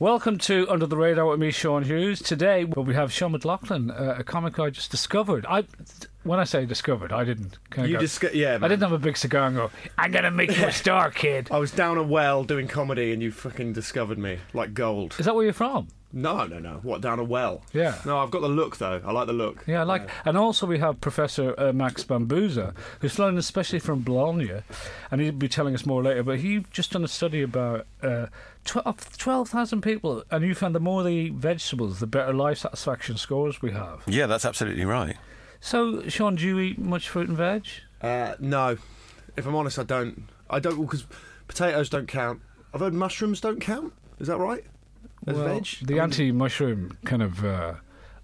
Welcome to Under the Radar with me, Sean Hughes. Today we have Sean McLaughlin, uh, a comic I just discovered. I, when I say discovered, I didn't. Kind of You go, disco- yeah, I man. Oh. didn't have a big cigar and go. I'm gonna make you a star, kid. I was down a well doing comedy and you fucking discovered me like gold. Is that where you're from? No, no, no. What, down a well? Yeah. No, I've got the look though. I like the look. Yeah, I like. And also we have Professor uh, Max Bambuza, who's flown especially from Bologna, and he'll be telling us more later. But he's just done a study about uh, twelve twelve thousand people, and you found the more they eat vegetables, the better life satisfaction scores we have. Yeah, that's absolutely right. So, Sean, do you eat much fruit and veg? Uh, no, if I'm honest, I don't. I don't because potatoes don't count. I've heard mushrooms don't count. Is that right? As Well, veg? The anti-mushroom kind of uh,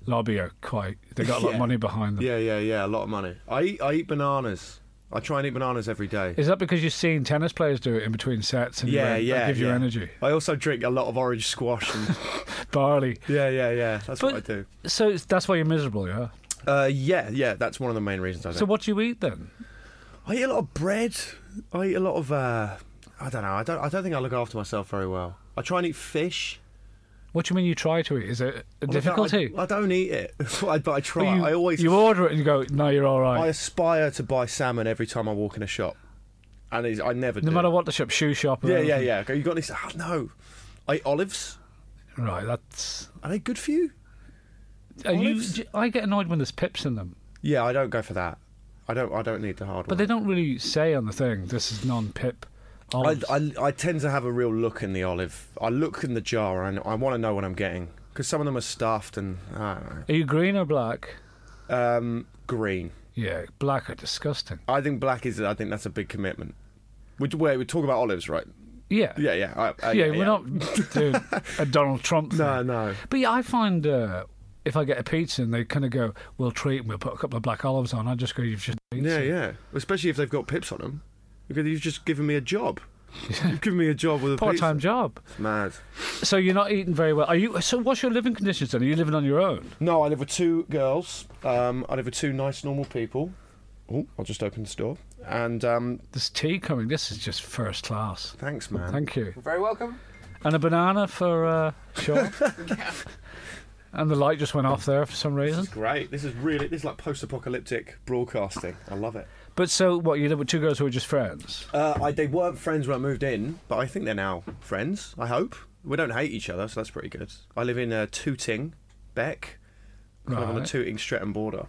lobby are quite. They got a lot of Yeah. money behind them. Yeah, yeah, yeah. A lot of money. I eat. I eat bananas. I try and eat bananas every day. Is that because you've seen tennis players do it in between sets and yeah, they yeah. give you yeah. energy? I also drink a lot of orange squash. And Barley. yeah, yeah, yeah. That's what I do. So it's- that's why you're miserable, yeah. Uh, yeah, yeah. That's one of the main reasons I do. So what do you eat then? I eat a lot of bread. I eat a lot of. Uh, I don't know. I don't. I don't think I look after myself very well. I try and eat fish. What do you mean you try to eat? Is it a Well, I don't- difficulty? I, I don't eat it, but I, but I Or try. you, I always. you order it and you go, no, you're all I right. aspire to buy salmon every time I walk in a shop, and it's, I never. no do. matter what the shop, shoe shop. or Yeah, yeah, anything. yeah. Go, You got any? sa- Oh, no. I eat olives. Right, that's. Are they good for you? Are you, Olives? do- I get annoyed when there's pips in them, Yeah, I don't go for that. I don't. I don't need the hard but they one. don't really say on the thing this is non-pip. olives." I, I, I tend to have a real look in the olive. I look in the jar and I want to know what I'm getting because some of them are stuffed and I don't know. Are you green or black? Um, green. Yeah, black are disgusting. I think black is. I think that's a big commitment. We wait, we talk about olives, right? Yeah. Yeah, yeah. I, I, yeah, we're not doing a Donald Trump thing. No, no. But yeah, I find uh, if I get a pizza and they kind of go, we'll treat and we'll put a couple of black olives on, I just go, you've just eaten. Yeah, yeah. Especially if they've got pips on them, because you've just given me a job. You've given me a job with a Part time job. pizza. Mad. So you're not eating very well. Are you? So what's your living conditions then? Are you living on your own? No, I live with two girls. Um, I live with two nice, normal people. Oh, I'll just open the door. And um, There's tea coming. This is just first class. thanks, man. Thank you. Very welcome. And a banana for uh, Sean. and the light just went off there for some reason. Great. This is really this is like post-apocalyptic broadcasting. I love it. But so what? You live with two girls who are just friends. Uh, I, they weren't friends when I moved in, but I think they're now friends. I hope we don't hate each other, so that's pretty good. I live in uh, Tooting, Beck, kind of on the Right. Tooting Streatham border.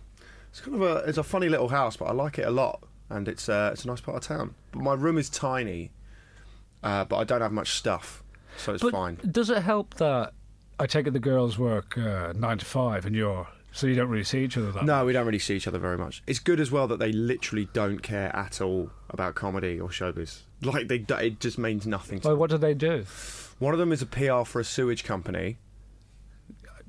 It's kind of a it's a funny little house, but I like it a lot, and it's uh, it's a nice part of town. But my room is tiny, uh, but I don't have much stuff, so it's But fine. does it help that I take it the girls work uh, nine to five and you're so you don't really see each other that much? No, we don't really see each other very much. It's good as well that they literally don't care at all about comedy or showbiz. Like they, do- it just means nothing. To Well, what do they do? One of them is a PR for a sewage company.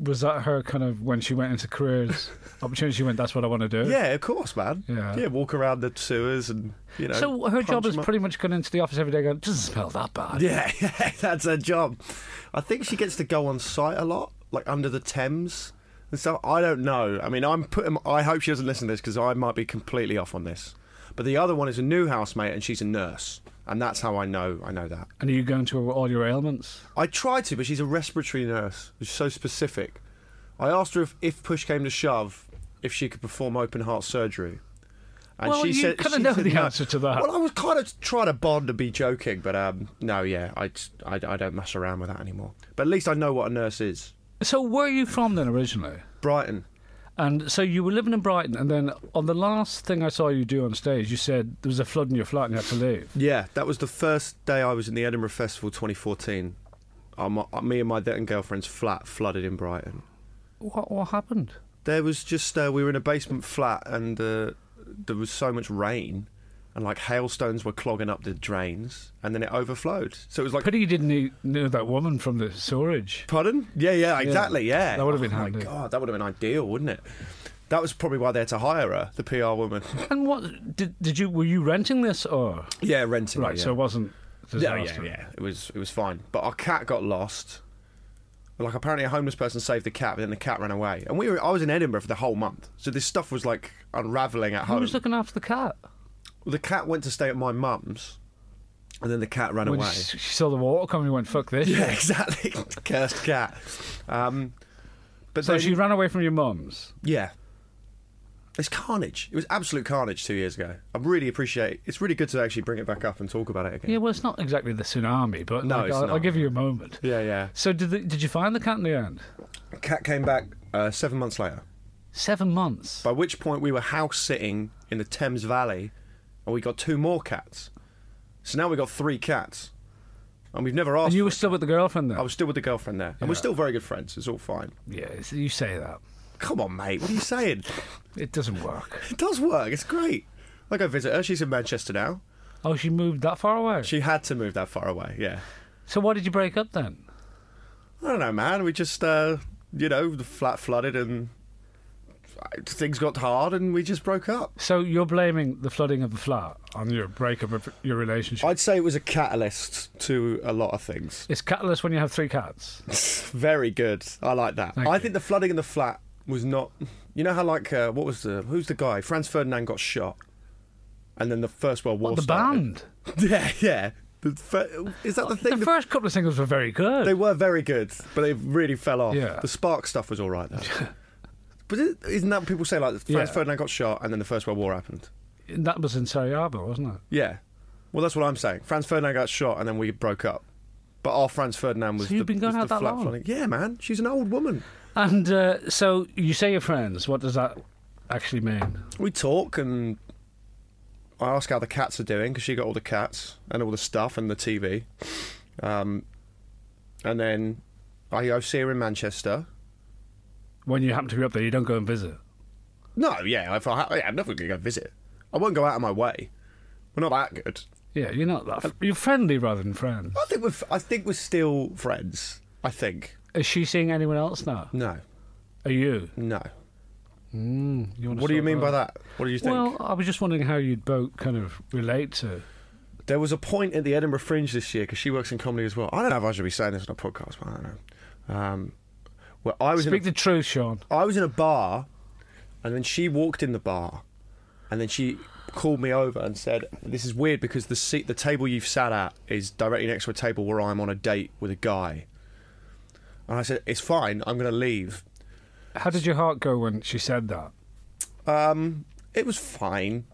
Was that her kind of when she went into careers opportunity? She went, "That's what I want to do." Yeah, of course, man. Yeah. walk around the sewers and you know. So her punch job is 'em up. pretty much going into the office every day, going, "Doesn't smell that bad." Yeah, that's her job. I think she gets to go on site a lot, like under the Thames and stuff. I don't know. I mean, I'm putting. I hope she doesn't listen to this because I might be completely off on this. But the other one is a new housemate, and she's a nurse, and that's how I know. I know that. And are you going to all your ailments? I tried to, but she's a respiratory nurse. She's so specific. I asked her if, if push came to shove, if she could perform open heart surgery. And Well, you kinda she know said the answer to that. Well, I was kind of trying to bond and be joking, but um, no, yeah, I, just- I, I don't mess around with that anymore. But at least I know what a nurse is. So where are you from then originally? Brighton. And so you were living in Brighton, and then on the last thing I saw you do on stage, you said there was a flood in your flat and you had to leave. Yeah, that was the first day I was in the Edinburgh Festival 2014. Uh, my, uh, me and my then girlfriend's flat flooded in Brighton. What, what happened? There was just uh, we were in a basement flat and uh, there was so much rain and like hailstones were clogging up the drains, and then it overflowed. So it was like, Pity you didn't e- know that woman from the storage. pardon? Yeah, yeah, exactly, yeah. That would have been oh handy. my god, that would have been ideal, wouldn't it? That was probably why they had to hire her, the PR woman. And what did did you? Were you renting this or yeah, renting. right? it, yeah. So it wasn't. a Yeah, yeah, disaster. yeah. It was it was fine. But our cat got lost. Like apparently a homeless person saved the cat, but then the cat ran away. And we were I was in Edinburgh for the whole month, so this stuff was like unraveling at Who home. was looking after the cat? the cat went to stay at my mum's, and then the cat ran When away. she, she saw the water coming, and went fuck this. Yeah, exactly. Cursed cat. Um, but So then- she ran away from your mum's. Yeah. It's carnage. It was absolute carnage two years ago. I really appreciate. It's really good to actually bring it back up and talk about it again. Yeah, well, it's not exactly the tsunami, but No, like, it's I'll, I'll not. give you a moment. Yeah, yeah. So did the, did you find the cat in the end? Cat came back uh, seven months later. Seven months. By which point we were house sitting in the Thames Valley, and we got two more cats. So now we got three cats, and we've never And asked. you were for still with the girlfriend then? it. I was still with the girlfriend there, and we're still very good friends. It's all fine. Yeah, it's- you say that. Come on, mate. What are you saying? It doesn't work. it does work. It's great. I go visit her. She's in Manchester now. Oh, she moved that far away. She had to move that far away. Yeah. so why did you break up then? I don't know, man. We just, uh, you know, the flat flooded and things got hard, and we just broke up. So you're blaming the flooding of the flat on your breakup of your relationship. I'd say it was a catalyst to a lot of things. it's catalyst when you have three cats. Very good. I like that. Thank I you. think the flooding in the flat was not. You know how like uh, what was the who's the guy? Franz Ferdinand got shot, and then the First World War. What, the started. band. Yeah, yeah. The fir- is that the thing? The that- first couple of singles were very good. they were very good, but they really fell off. Yeah. The Spark stuff was all right though. but is isn't that what people say like Franz Yeah. Ferdinand got shot, and then the First World War happened? that was in Sarajevo, wasn't it? Yeah. Well, that's what I'm saying. Franz Ferdinand got shot, and then we broke up. But our Franz Ferdinand was So you've the, been going was out the that flat long? flooding. Yeah, man. She's an old woman. And uh, so you say you're friends. What does that actually mean? We talk and I ask how the cats are doing because she got all the cats and all the stuff and the TV. Um, and then I go see her in Manchester. When you happen to be up there, you don't go and visit. No, yeah, if I ha- yeah, I'm never going to go visit. I won't go out of my way. We're not that good. Yeah, you're not that. F- you're friendly rather than friends. I think we're f- I think we're still friends. I think. Is she seeing anyone else now? No, Are you? no. you wanna What do you sort mean that by out? that? What do you think? Well, I was just wondering how you'd both kind of relate to. There was a point at the Edinburgh Fringe this year because she works in comedy as well. I don't know if I should be saying this on a podcast, but I don't know. Um, well, I was in a- Speak the truth, Sean. I was in a bar, and then she walked in the bar, and then she called me over and said, "This is weird because the seat, the table you've sat at, is directly next to a table where I'm on a date with a guy." And I said, "It's fine. I'm going to leave." How did your heart go when she said that? Um, it was fine.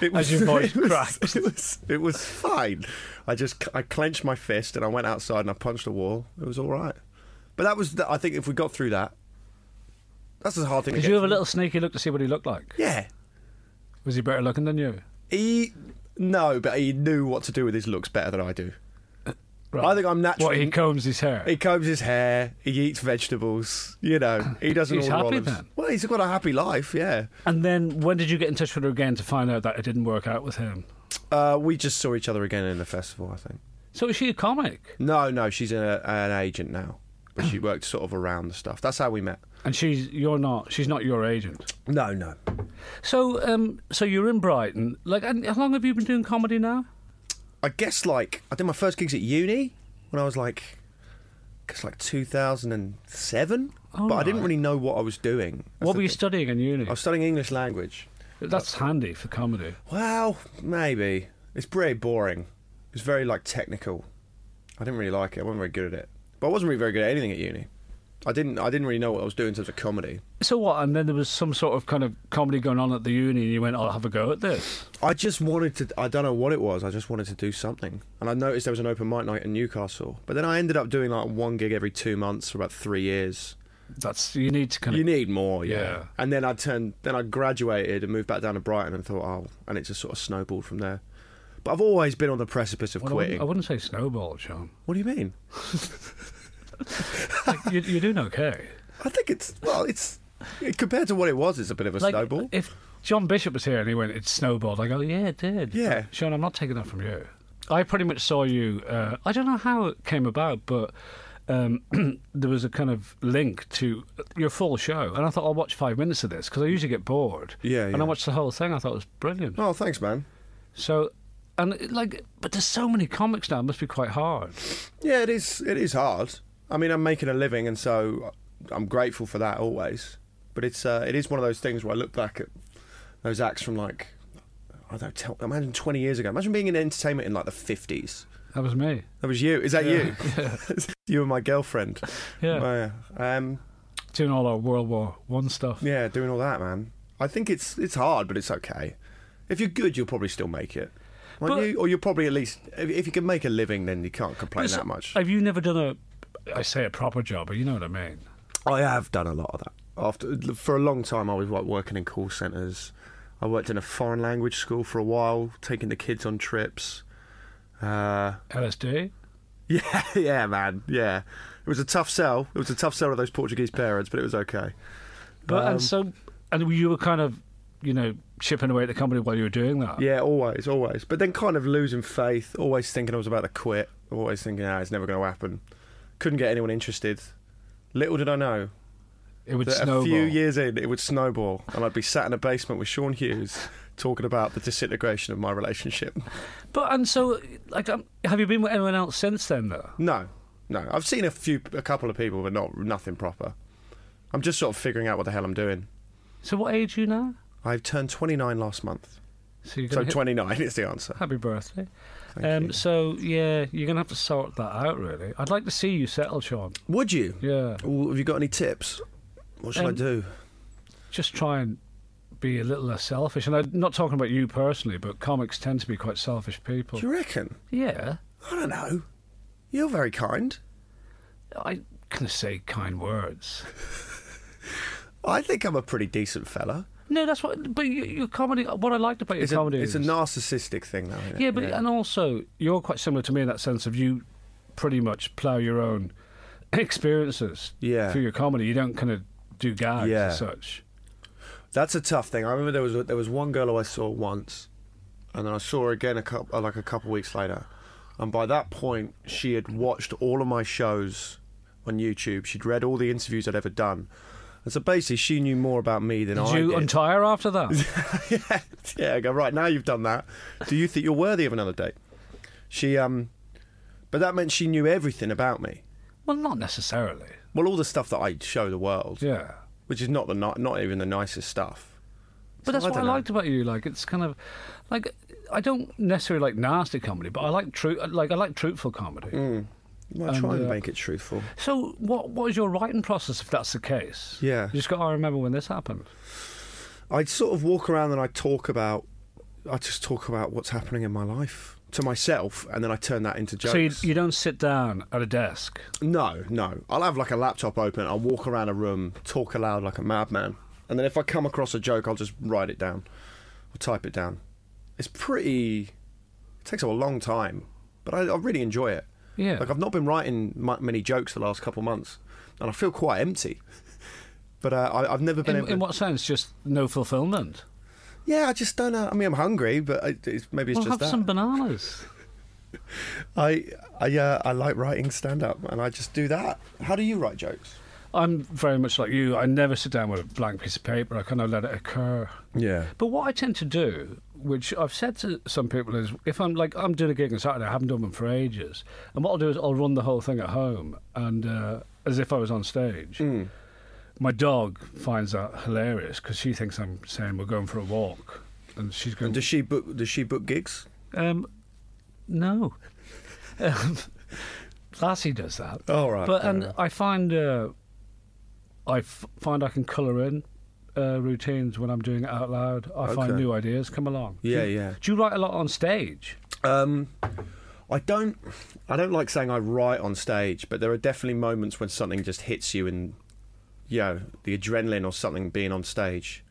It As your voice it was, cracked. It was, it was fine. I just I clenched my fist and I went outside and I punched a wall. It was all right. But that was the, I think if we got through that, that's the hard thing. to Did get you have a through. little sneaky look to see what he looked like? Yeah. Was he better looking than you? He no, but he knew what to do with his looks better than I do. I think I'm naturally. Uh, What, he combs his hair? he combs his hair. He eats vegetables. You know, he doesn't He's order happy olives. then. Well, he's got a happy life. Yeah. And then when did you get in touch with her again to find out that it didn't work out with him? Uh, we just saw each other again in the festival. I think. So is she a comic? No, no, she's a, an agent now, but she worked sort of around the stuff. That's how we met. And she's you're not. She's not your agent. No, no. So um, so you're in Brighton. Like, and how long have you been doing comedy now? I guess like I did my first gigs at uni when I was like, I guess like 2007. All but I didn't right. really know what I was doing. That's what the were you thing. studying in uni? I was studying English language. That's handy for comedy. Well, maybe. It's pretty boring. It's very like technical. I didn't really like it. I wasn't very good at it. But I wasn't really very good at anything at uni. I didn't I didn't really know what I was doing in terms of comedy. So what? And then there was some sort of kind of comedy going on at the uni, and you went, "I'll have a go at this." I just wanted to I don't know what it was. I just wanted to do something. And I noticed there was an open mic night in Newcastle. But then I ended up doing like one gig every 2 months for about 3 years. That's you need to kind You of. need more, yeah. Yeah. And then I turned, then I graduated and moved back down to Brighton and thought, oh, and it just sort of snowballed from there. But I've always been on the precipice of Well, I, quitting. wouldn't, I wouldn't say snowball, Sean. what do you mean? Like, you, you're doing okay. I think it's well, it's compared to what it was, it's a bit of a Like, snowball. If John Bishop was here and he went, it snowballed. I go, yeah, it did. Yeah. Sean, I'm not taking that from you. I pretty much saw you. Uh, I don't know how it came about, but um, there was a kind of link to your full show. And I thought, I'll watch five minutes of this because I usually get bored. Yeah, And yeah. I watched the whole thing. I thought it was brilliant. Oh, thanks, man. So, and it, like, but there's so many comics now, it must be quite hard. Yeah, it is. It is hard. I mean, I'm making a living, and so I'm grateful for that always. But it's uh, it is one of those things where I look back at those acts from like I don't tell, imagine 20 years ago. Imagine being in entertainment in like the 50s. That was me. That was you. Is that you? you and my girlfriend. Yeah. Oh, yeah. Um, Doing all our World War One stuff. yeah, doing all that, man. I think it's it's hard, but it's okay. If you're good, you'll probably still make it. Won't But- you? Or you'll probably at least if, if you can make a living, then you can't complain So- that much. Have you never done a, I say a proper job, but you know what I mean? I have done a lot of that. After for a long time, I was like working in call centers. I worked in a foreign language school for a while, taking the kids on trips. Uh, LSD? yeah, yeah, man, yeah. It was a tough sell. It was a tough sell of those Portuguese parents, but it was okay. But Um, and so, and you were kind of, you know, chipping away at the company while you were doing that. Yeah, always, always. But then kind of losing faith, always thinking I was about to quit, always thinking, ah, it's never going to happen. Couldn't get anyone interested. Little did I know it would that snowball. a few years in, it would snowball, and I'd be sat in a basement with Sean Hughes talking about the disintegration of my relationship. But and so, like, um, have you been with anyone else since then? Though No, no. I've seen a few, a couple of people, but not nothing proper. I'm just sort of figuring out what the hell I'm doing. So what age are you now? I've turned 29 last month, So you're so gonna hit- 29 is the answer. Happy birthday. Thank Um, you. so yeah, you're gonna have to sort that out. Really, I'd like to see you settle, Sean. Would you? Yeah, Ooh, have you got any tips? What should I Um, do? just try and be a little less selfish. And I'm not talking about you personally, but comics tend to be quite selfish people. Do you reckon? Yeah, I don't know. You're very kind. I can say kind words. I think I'm a pretty decent fella. No, that's what. But your, your comedy, what I liked about your It's, comedy a, is it's a narcissistic thing, though. isn't it? Yeah, but um, and also you're quite similar to me in that sense of you pretty much plough your own experiences Yeah. through your comedy. You don't kind of do gags Yeah. as such. That's a tough thing. I remember there was there was one girl I saw once, and then I saw her again a couple like a couple weeks later, and by that point she had watched all of my shows on YouTube. She'd read all the interviews I'd ever done, and so basically she knew more about me than Did Oh, I you did. untie her after that? yeah, yeah. I go right now. You've done that. Do you think you're worthy of another date? She um, but that meant she knew everything about me. well, not necessarily. Well, all the stuff that I show the world, Yeah. which is not the ni- not even the nicest stuff. But that's I what I dunno. liked about you. Like it's kind of like I don't necessarily like nasty comedy, but I like true like I like truthful comedy. Mm. Well, I try And, and uh, make it truthful. So what what is your writing process if that's the case? Yeah. You just got to remember when this happened. I'd sort of walk around and I talk about, I just talk about what's happening in my life to myself, and then I turn that into jokes. So you, you don't sit down at a desk. no, no, I'll have like a laptop open. I'll walk around a room, talk aloud like a madman, and then if I come across a joke, I'll just write it down or type it down. It's pretty. It takes a long time, but I, I really enjoy it. Yeah. Like I've not been writing mu many jokes the last couple of months, and I feel quite empty. But uh, I, I've never been In, able to- in what sense? Just no fulfillment. Yeah, I just don't know. I mean, I'm hungry, but I, it's, maybe it's well, just have that. some bananas. I, I, uh, I like writing stand up, and I just do that. How do you write jokes? I'm very much like you. I never sit down with a blank piece of paper. I kind of let it occur. Yeah. But what I tend to do, which I've said to some people, is if I'm like I'm doing a gig on Saturday, I haven't done one for ages, and what I'll do is I'll run the whole thing at home and uh, as if I was on stage. Hmm. My dog finds that hilarious because she thinks I'm saying we're going for a walk, and she's going. Does she book? Does she book gigs? Um, no. Um, Lassie does that. Oh, right, But fair and I find uh, I f- find I can colour in uh, routines when I'm doing it out loud. I find Okay. new ideas come along. Do Yeah, you- yeah. Do you write a lot on stage? Um, I don't. I don't like saying I write on stage, but there are definitely moments when something just hits you, and you know, the adrenaline or something being on stage,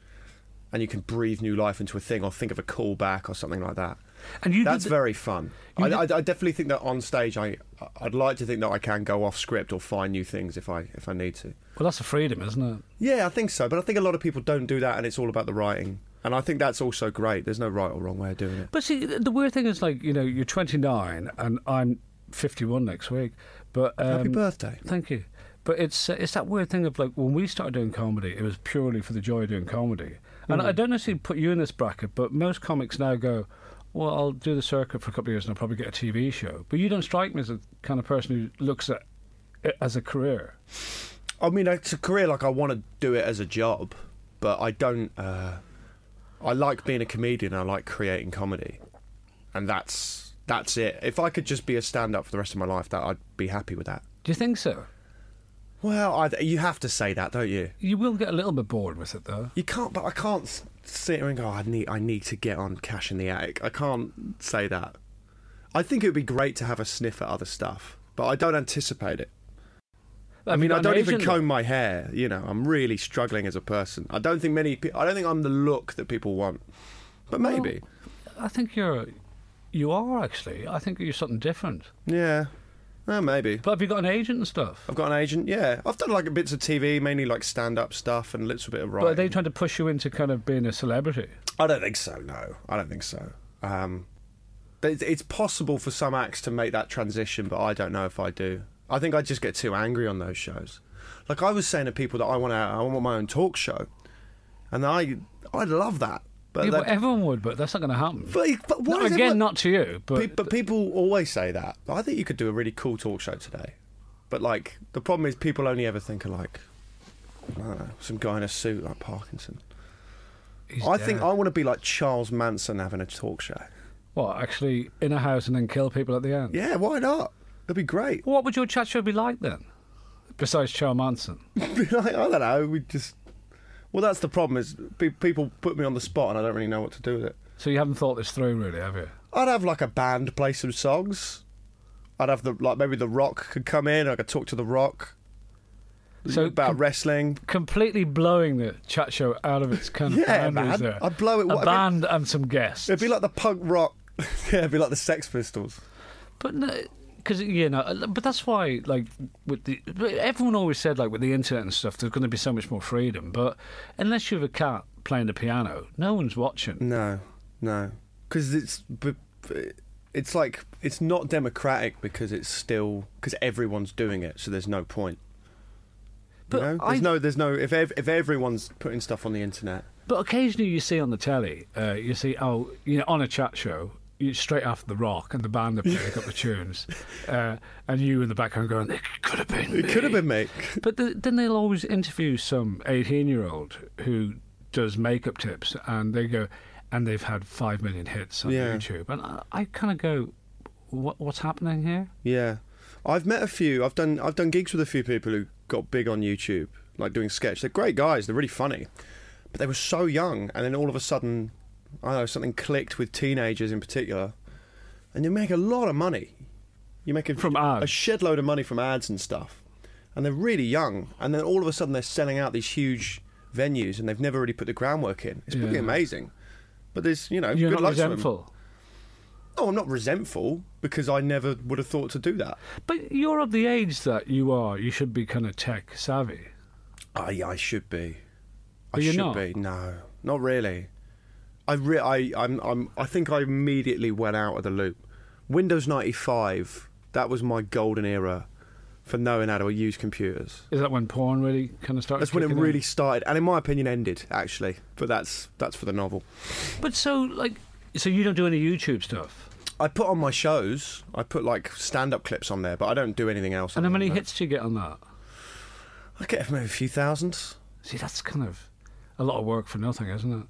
and you can breathe new life into a thing, or think of a callback or something like that. And you That's did the- very fun. I, I, I definitely think that on stage, I I'd like to think that I can go off script or find new things if I if I need to. well, that's a freedom, isn't it? Yeah, I think so. But I think a lot of people don't do that, and it's all about the writing. And I think that's also great. There's no right or wrong way of doing it. But see, the weird thing is, like, you know, you're 29 and I'm 51 next week. But um, Happy birthday. Thank you. But it's uh, it's that weird thing of like when we started doing comedy, it was purely for the joy of doing comedy. And Mm. I don't necessarily put you in this bracket, but most comics now go, "Well, I'll do the circuit for a couple of years and I'll probably get a TV show." But you don't strike me as the kind of person who looks at it as a career. I mean, it's a career like I want to do it as a job, but I don't. Uh, I like being a comedian. I like creating comedy, and that's that's it. If I could just be a stand-up for the rest of my life, that I'd be happy with that. Do you think so? Well, I, you have to say that, don't you? You will get a little bit bored with it, though. You can't, but I can't s- sit here and go. "Oh, I need, I need to get on cash in the attic. I can't say that. I think it would be great to have a sniff at other stuff, but I don't anticipate it. I mean, I don't even comb my hair. You know, I'm really struggling as a person. I don't think many. Pe- I don't think I'm the look that people want. But maybe, I think you're, you are actually. I think you're something different. yeah, well, maybe. But have you got an agent and stuff? I've got an agent. Yeah, I've done like bits of TV, mainly like stand-up stuff and a little bit of But writing. are they trying to push you into kind of being a celebrity? I don't think so. No, I don't think so. Um, but it's, it's possible for some acts to make that transition, but I don't know if I do. I think I just get too angry on those shows. Like I was saying to people that I want to, I want my own talk show, and I, I love that. But Yeah, that- well, everyone would, but that's not going to happen. but, but what No, is it again, like- not to you, but Pe- but people always say that. But I think you could do a really cool talk show today. But like the problem is people only ever think of like I don't know, some guy in a suit like Parkinson. he's I dead. think I want to be like Charles Manson having a talk show. what actually in a house and then kill people at the end. Yeah, why not? It'd be great. What would your chat show be like then? Besides Charles Manson, Be like, I don't know. We just well, that's the problem is pe- people put me on the spot and I don't really know what to do with it. so you haven't thought this through, really, have you? I'd have like a band play some songs. I'd have the like maybe the Rock could come in. I could talk to the Rock So about com- wrestling. completely blowing the chat show out of its kind of Yeah, man. boundaries there. I'd blow it- A what- I mean- band and some guests. It'd be like the punk rock. yeah, it'd be like the Sex Pistols. But no, because you know, uh, but that's why, like, with the but everyone always said, like, with the internet and stuff, there's going to be so much more freedom. But unless you have a cat playing the piano, no one's watching. No, no, because it's b- b- it's like it's not democratic because it's still because everyone's doing it, so there's no point. But you know? I- there's no, there's no. If ev- if everyone's putting stuff on the internet, But occasionally, you see on the telly, uh, you see, oh, you know, on a chat show. You straight after the rock and the band are playing a couple of tunes, uh, and you in the background going, "It could have been." it could have been me. But th then they'll always interview some 18 year old who does makeup tips and they go, and they've had 5 million hits on Yeah. YouTube. And I, I kind of go, what, what's happening here? yeah, I've met a few. I've done I've done gigs with a few people who got big on YouTube, like doing sketch. They're great guys. They're really funny, but they were so young, and then all of a sudden, I don't know something clicked with teenagers in particular, and you make a lot of money. You make a, From a ads. shed load of money from ads and stuff, and they're really young, and then all of a sudden they're selling out these huge venues, and they've never really put the groundwork in. It's pretty Yeah. amazing. But there's, you know, You're good not luck to them. resentful. Oh, I'm not resentful because I never would have thought to do that. But you're of the age that you are. You should be kind of tech savvy. I, I should be. I But you're should not. be. No, not really. I, re- I, I'm, I'm, I think I immediately went out of the loop. Windows 95, that was my golden era for knowing how to use computers. Is that when porn really kind of started? That's when it kicking in? really started, and in my opinion, ended, actually. But that's, that's for the novel. But so, like, so you don't do any YouTube stuff. I put on my shows, I put like stand up clips on there, but I don't do anything else. And how other many than hits do you get on that? that. I get maybe a few thousands. See, that's kind of a lot of work for nothing, isn't it?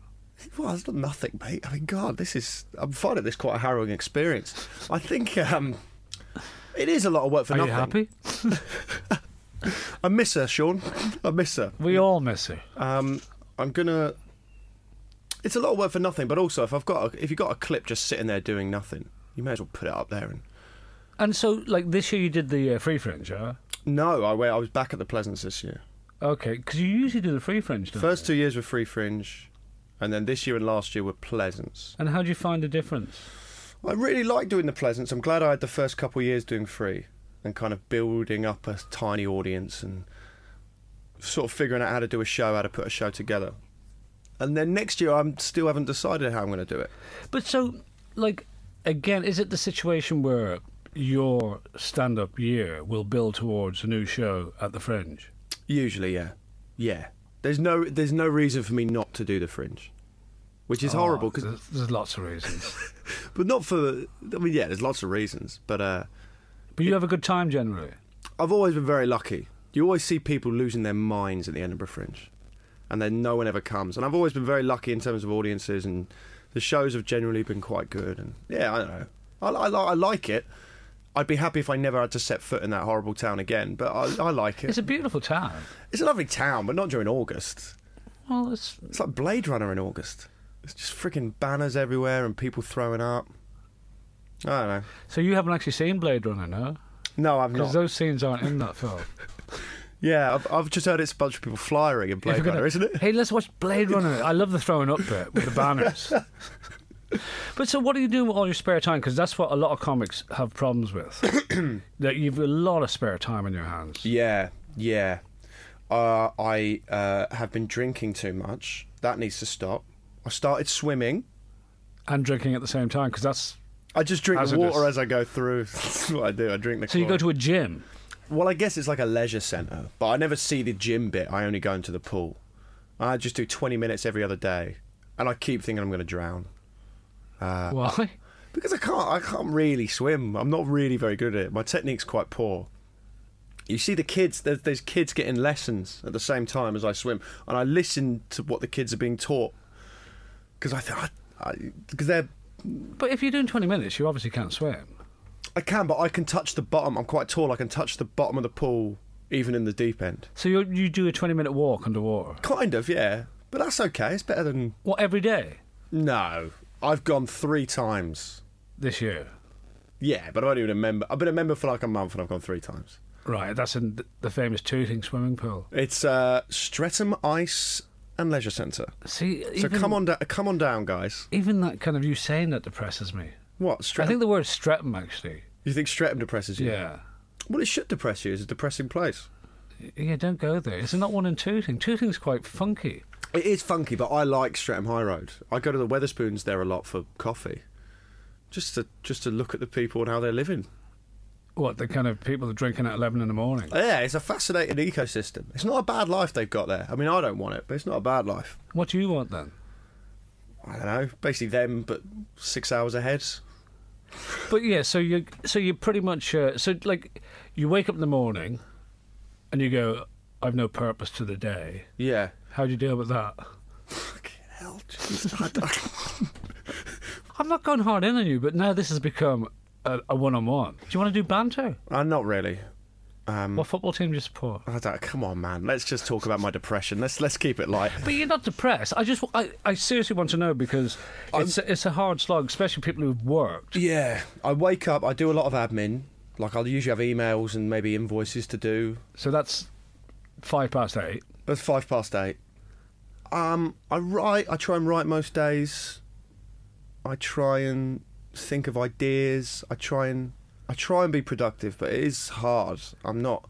Well, it's not nothing, mate. I mean, God, this is. I'm finding this quite a harrowing experience. I think um, it is a lot of work for Are nothing. you happy? I miss her, Sean. I miss her. We all miss her. Um, I'm gonna. It's a lot of work for nothing, but also if I've got a, if you've got a clip just sitting there doing nothing, you may as well put it up there. And And so, like this year, you did the uh, free fringe, huh? no, I wait. I was back at the Pleasance this year. Okay, because you usually do the free fringe, don't First two years were Free Fringe, and then this year and last year were Pleasance. you? And how do you find the difference? I really like doing the Pleasance. I'm glad I had the first couple of years doing free and kind of building up a tiny audience and sort of figuring out how to do a show, how to put a show together. And then next year, I'm still haven't decided how I'm going to do it. But so, like, again, is it the situation where your stand up year will build towards a new show at the Fringe? Usually, yeah, yeah. There's no there's no reason for me not to do the fringe, which Oh, is horrible 'cause horrible. There's, there's lots of reasons. Because, but not for. I mean, yeah, there's lots of reasons, but uh, but you have a good time generally. I've always been very lucky. You always see people losing their minds at the Edinburgh Fringe, and then no one ever comes. And I've always been very lucky in terms of audiences, and the shows have generally been quite good. And yeah, I don't know. I, I, li- I like it. I'd be happy if I never had to set foot in that horrible town again, but I, I like it. It's a beautiful town. It's a lovely town, but not during August. Well, it's It's like Blade Runner in August. It's just freaking banners everywhere and people throwing up. I don't know. so you haven't actually seen Blade Runner, no? No, I've Because not. those scenes aren't in that film. Yeah, I've, I've just heard it's a bunch of people flying in Blade If you're Runner, gonna- isn't it? Hey, let's watch Blade Runner. I love the throwing up bit with the banners. but so, what do you do with all your spare time? Because that's what a lot of comics have problems with. that you've a lot of spare time on your hands. Yeah, yeah. Uh, I uh, have been drinking too much. That needs to stop. I started swimming. and drinking at the same time because that's I just drink the Hazardous. water as I go through. That's what I do. I drink the. so you go to a gym Well, I guess it's like a leisure centre, but I never see the gym bit. I only go into the pool. I just do 20 minutes every other day, and I keep thinking I'm going to drown. Uh. why because I can't I can't really swim. I'm not really very good at it. My technique's quite poor. You see the kids there's, there's kids getting lessons at the same time as I swim and I listen to what the kids are being taught because I thought because they're but if you're doing 20 minutes you obviously can't swim I can but I can touch the bottom. I'm quite tall. I can touch the bottom of the pool even in the deep end. so you you do a 20 minute walk underwater Kind of, yeah. But that's okay. It's better than what every day no. I've gone 3 times. this year Yeah, but I don't even remember. I've been a member for like a month and I've gone 3 times. right that's in th- the famous tooting swimming pool It's uh, Streatham Ice and Leisure Centre. see So even, come on, da- come on down, guys. even that kind of you saying that depresses me What I Streatham? think the word Streatham actually you think Streatham depresses you? yeah Well, it should depress you. It's a depressing place. yeah don't go there is there not one in Tooting Tooting's quite funky It is funky, but I like Streatham High Road. I go to the Weatherspoons there a lot for coffee, just to just to look at the people and how they're living. what the kind of people that are drinking at 11 in the morning Yeah, it's a fascinating ecosystem. It's not a bad life they've got there. I mean, I don't want it, but it's not a bad life. what do you want then I don't know. Basically, them, but six hours ahead. But yeah, so you so you pretty much uh, so like you wake up in the morning and you go, I've no purpose to the day. Yeah. How do you deal with that? Fucking hell, Jesus. I don't- I'm not going hard in on you, but now this has become a, a one-on-one. Do you want to do banter? I'm not really. Um, What football team do you support? I don't, come on, man. Let's just talk about my depression. Let's let's keep it light. But you're not depressed. I just I, I seriously want to know because it's a, it's a hard slog, especially people who've worked. Yeah, I wake up. I do a lot of admin. Like I'll usually have emails and maybe invoices to do. So that's five past eight. It's five past eight. Um, I write. I try and write most days. I try and think of ideas. I try and I try and be productive, but it is hard. I'm not.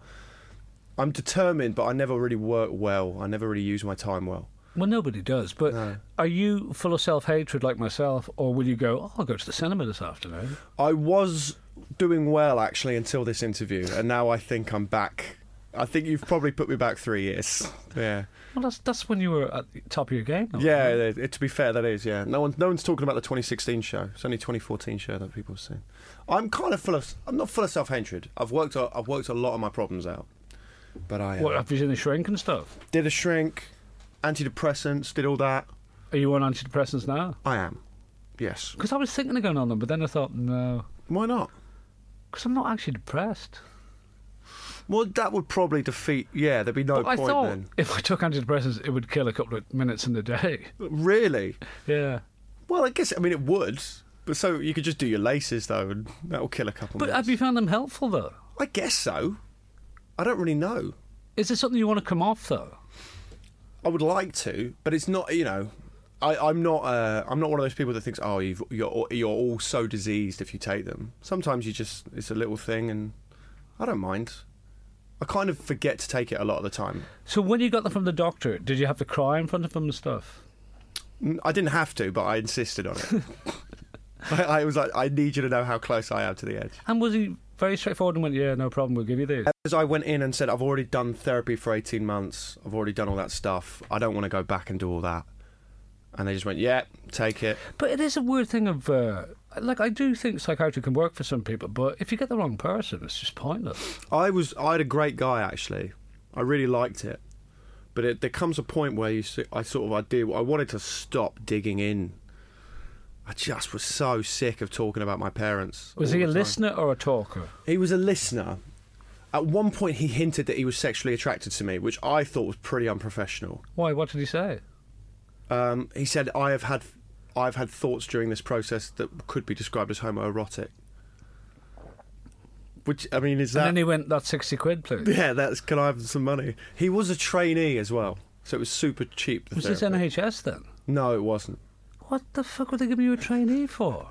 I'm determined, but I never really work well. I never really use my time well. Well, nobody does. But are you full of self hatred like myself, or will you go? Oh, I'll go to the cinema this afternoon. I was doing well actually until this interview, and now I think I'm back. I think you've probably put me back three years. Yeah, Well, that's that's when you were at the top of your game. though. yeah. It, it- to be fair, that is. Yeah, no one's no one's talking about the 2016 show. It's only 2014 show that people have seen. I'm kind of full of. I'm not full of self hatred. I've worked. a- I've worked a lot of my problems out, but I uh, What have you seen the shrink and stuff? did a shrink, antidepressants, did all that. Are you on antidepressants now? I am. Yes. Because I was thinking of going on them, but then I thought no, Why not? because I'm not actually depressed. Well, that would probably defeat. Yeah, there'd be no But I point thought then. if I took antidepressants, it would kill a couple of minutes in the day. Really. Yeah, Well, I guess I mean it would, but so you could just do your laces though, and that'll kill a couple. but minutes. have you found them helpful though? I guess so. I don't really know. Is this something you want to come off though? I would like to, but it's not. You know, I, I'm not. Uh, I'm not one of those people that thinks, oh, you've, you're you're all so diseased if you take them. Sometimes you just it's a little thing, and I don't mind. I kind of forget to take it a lot of the time. So when you got them from the doctor, did you have to cry in front of them and stuff? N- I didn't have to, but I insisted on it. I, I was like, I need you to know how close I am to the edge. And was he very straightforward and went, yeah, no problem, we'll give you these? As I went in and said, I've already done therapy for 18 months. I've already done all that stuff. I don't want to go back and do all that. And they just went, yeah, take it. But it is a weird thing of uh, like I do think psychiatry can work for some people, but if you get the wrong person, it's just pointless. I was I had a great guy actually. I really liked it, but it, there comes a point where you see, I sort of I did I wanted to stop digging in. I just was so sick of talking about my parents. Was all he a the time. listener or a talker? He was a listener. At one point, he hinted that he was sexually attracted to me, which I thought was pretty unprofessional. Why? What did he say? Um, he said, "I have had, I've had thoughts during this process that could be described as homoerotic." Which I mean, is and that then he went, "That's sixty quid, please." Yeah, that's can I have some money? He was a trainee as well, so it was super cheap. The Was this therapy. NHS then? No, it wasn't. What the fuck were they giving you a trainee for?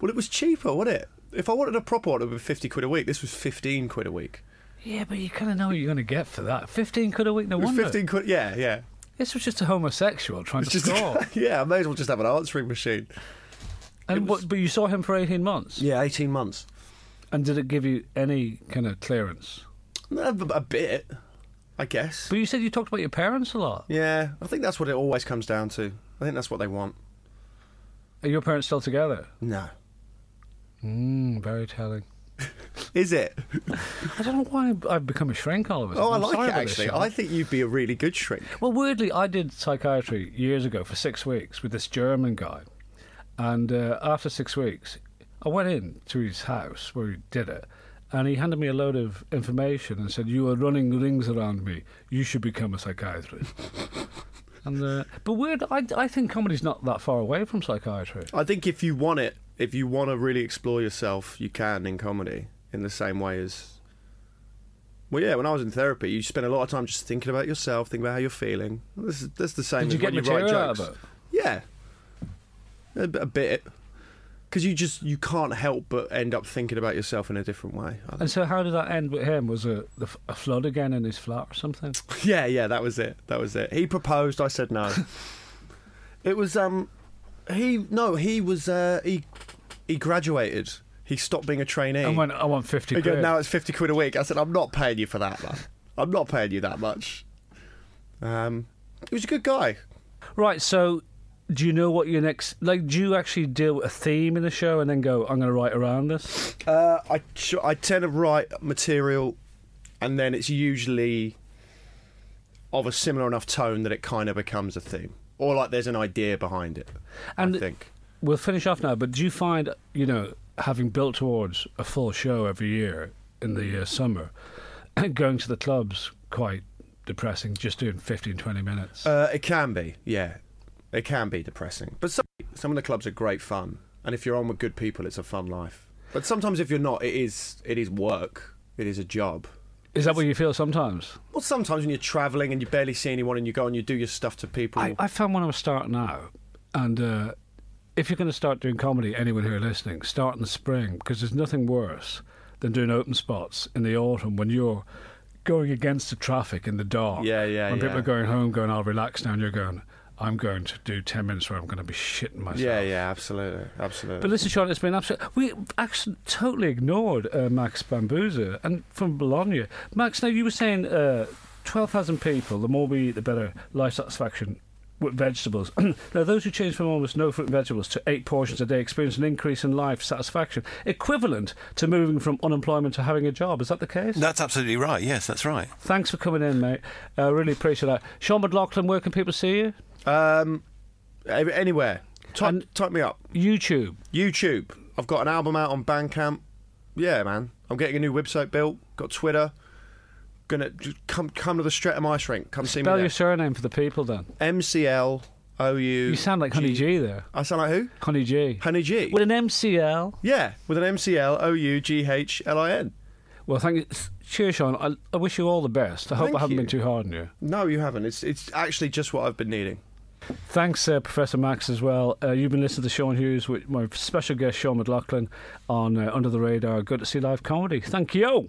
Well, it was cheaper, wasn't it? If I wanted a proper one, it would be fifty quid a week. This was fifteen quid a week. Yeah, but you kind of know what you're going to get for that. Fifteen quid a week, no It was wonder. fifteen quid. Yeah, yeah. This was just a homosexual trying to Just- score. yeah, I may as well just have an answering machine. and what, but you saw him for eighteen months, Yeah, eighteen months. and did it give you any kind of clearance? No, b- A bit, I guess. But you said you talked about your parents a lot. yeah, I think that's what it always comes down to. I think that's what they want. Are your parents still together? No, Mm, very telling. is it? I don't know why I've become a shrink all of a sudden. Oh, I I'm sorry like it about this, actually. Sean. I think you'd be a really good shrink. Well, weirdly, I did psychiatry years ago for six weeks with this German guy. And uh, after six weeks, I went in to his house where he did it. And he handed me a load of information and said, You are running rings around me. You should become a psychiatrist. and, uh, but weird, I, I think comedy's not that far away from psychiatry. I think if you want it, if you want to really explore yourself, you can in comedy in the same way as. Well, yeah. When I was in therapy, you spend a lot of time just thinking about yourself, thinking about how you're feeling. This is that's the same. Did as you get when you write material out jokes. of it? Yeah, a, b- a bit. Because you just you can't help but end up thinking about yourself in a different way. I think. And so, how did that end with him? Was it the, f- a flood again in his flat or something? Yeah, yeah. That was it. That was it. He proposed. I said no. it was um, he no. He was uh, he he graduated. He stopped being a trainee. And went, I want 50 Again, quid. now it's 50 quid a week. I said, I'm not paying you for that, man. I'm not paying you that much. Um, he was a good guy. Right, so do you know what your next like do you actually deal with a theme in the show and then go I'm going to write around this? Uh, I, ch- I tend to write material, and then it's usually of a similar enough tone that it kind of becomes a theme. Or like there's an idea behind it, And I think. we'll finish off now, but do you find, you know, having built towards a full show every year in the uh, summer going to the clubs quite depressing just doing 15 20 minutes? Uh, it can be, yeah. It can be depressing. But some, some of the clubs are great fun, and if you're on with good people, it's a fun life. But sometimes if you're not, it is it is work. It is a job. Is that what you feel sometimes? Well, sometimes when you're travelling and you barely see anyone and you go and you do your stuff to people. I, I found when I was starting out, and uh, if you're going to start doing comedy, anyone who are listening, start in the spring because there's nothing worse than doing open spots in the autumn when you're going against the traffic in the dark. Yeah, yeah, When people yeah. are going home, going, "I'll relax now," and you're going, "I'm going to do ten minutes where I'm going to be shitting myself." yeah, yeah, absolutely. Absolutely. But listen, Sean, it's been absolute. We actually totally ignored uh, Max Bambuza and from Bologna. Max, now you were saying uh, 12,000 people, the more we eat, the better life satisfaction with vegetables. now, those who change from almost no fruit and vegetables to eight portions a day experience an increase in life satisfaction, equivalent to moving from unemployment to having a job. Is that the case? That's absolutely right. Yes, that's right. Thanks for coming in, mate. I really appreciate that. Sean McLaughlin, where can people see you? um, a- anywhere. Type, And- type me up. YouTube. YouTube. I've got an album out on Bandcamp. Yeah, man. I'm getting a new website built. Got Twitter. Gonna just come come to the Streatham Ice Rink. Come see Spell me your there. surname for the people then. MCL OU. You sound like Honey G there. I sound like who? Honey G. Honey G. With an MCL. yeah, with an MCL OU G H L I N. Well, thank you. Cheers, Sean. I, I wish you all the best. I hope Thank I haven't you. been too hard on you. No, you haven't. It's it's actually just what I've been needing. Thanks, uh, Professor Max, as well. Uh, you've been listening to Sean Hughes with my special guest, Sean McLaughlin, on uh, Under the Radar Good to See Live Comedy. Thank you.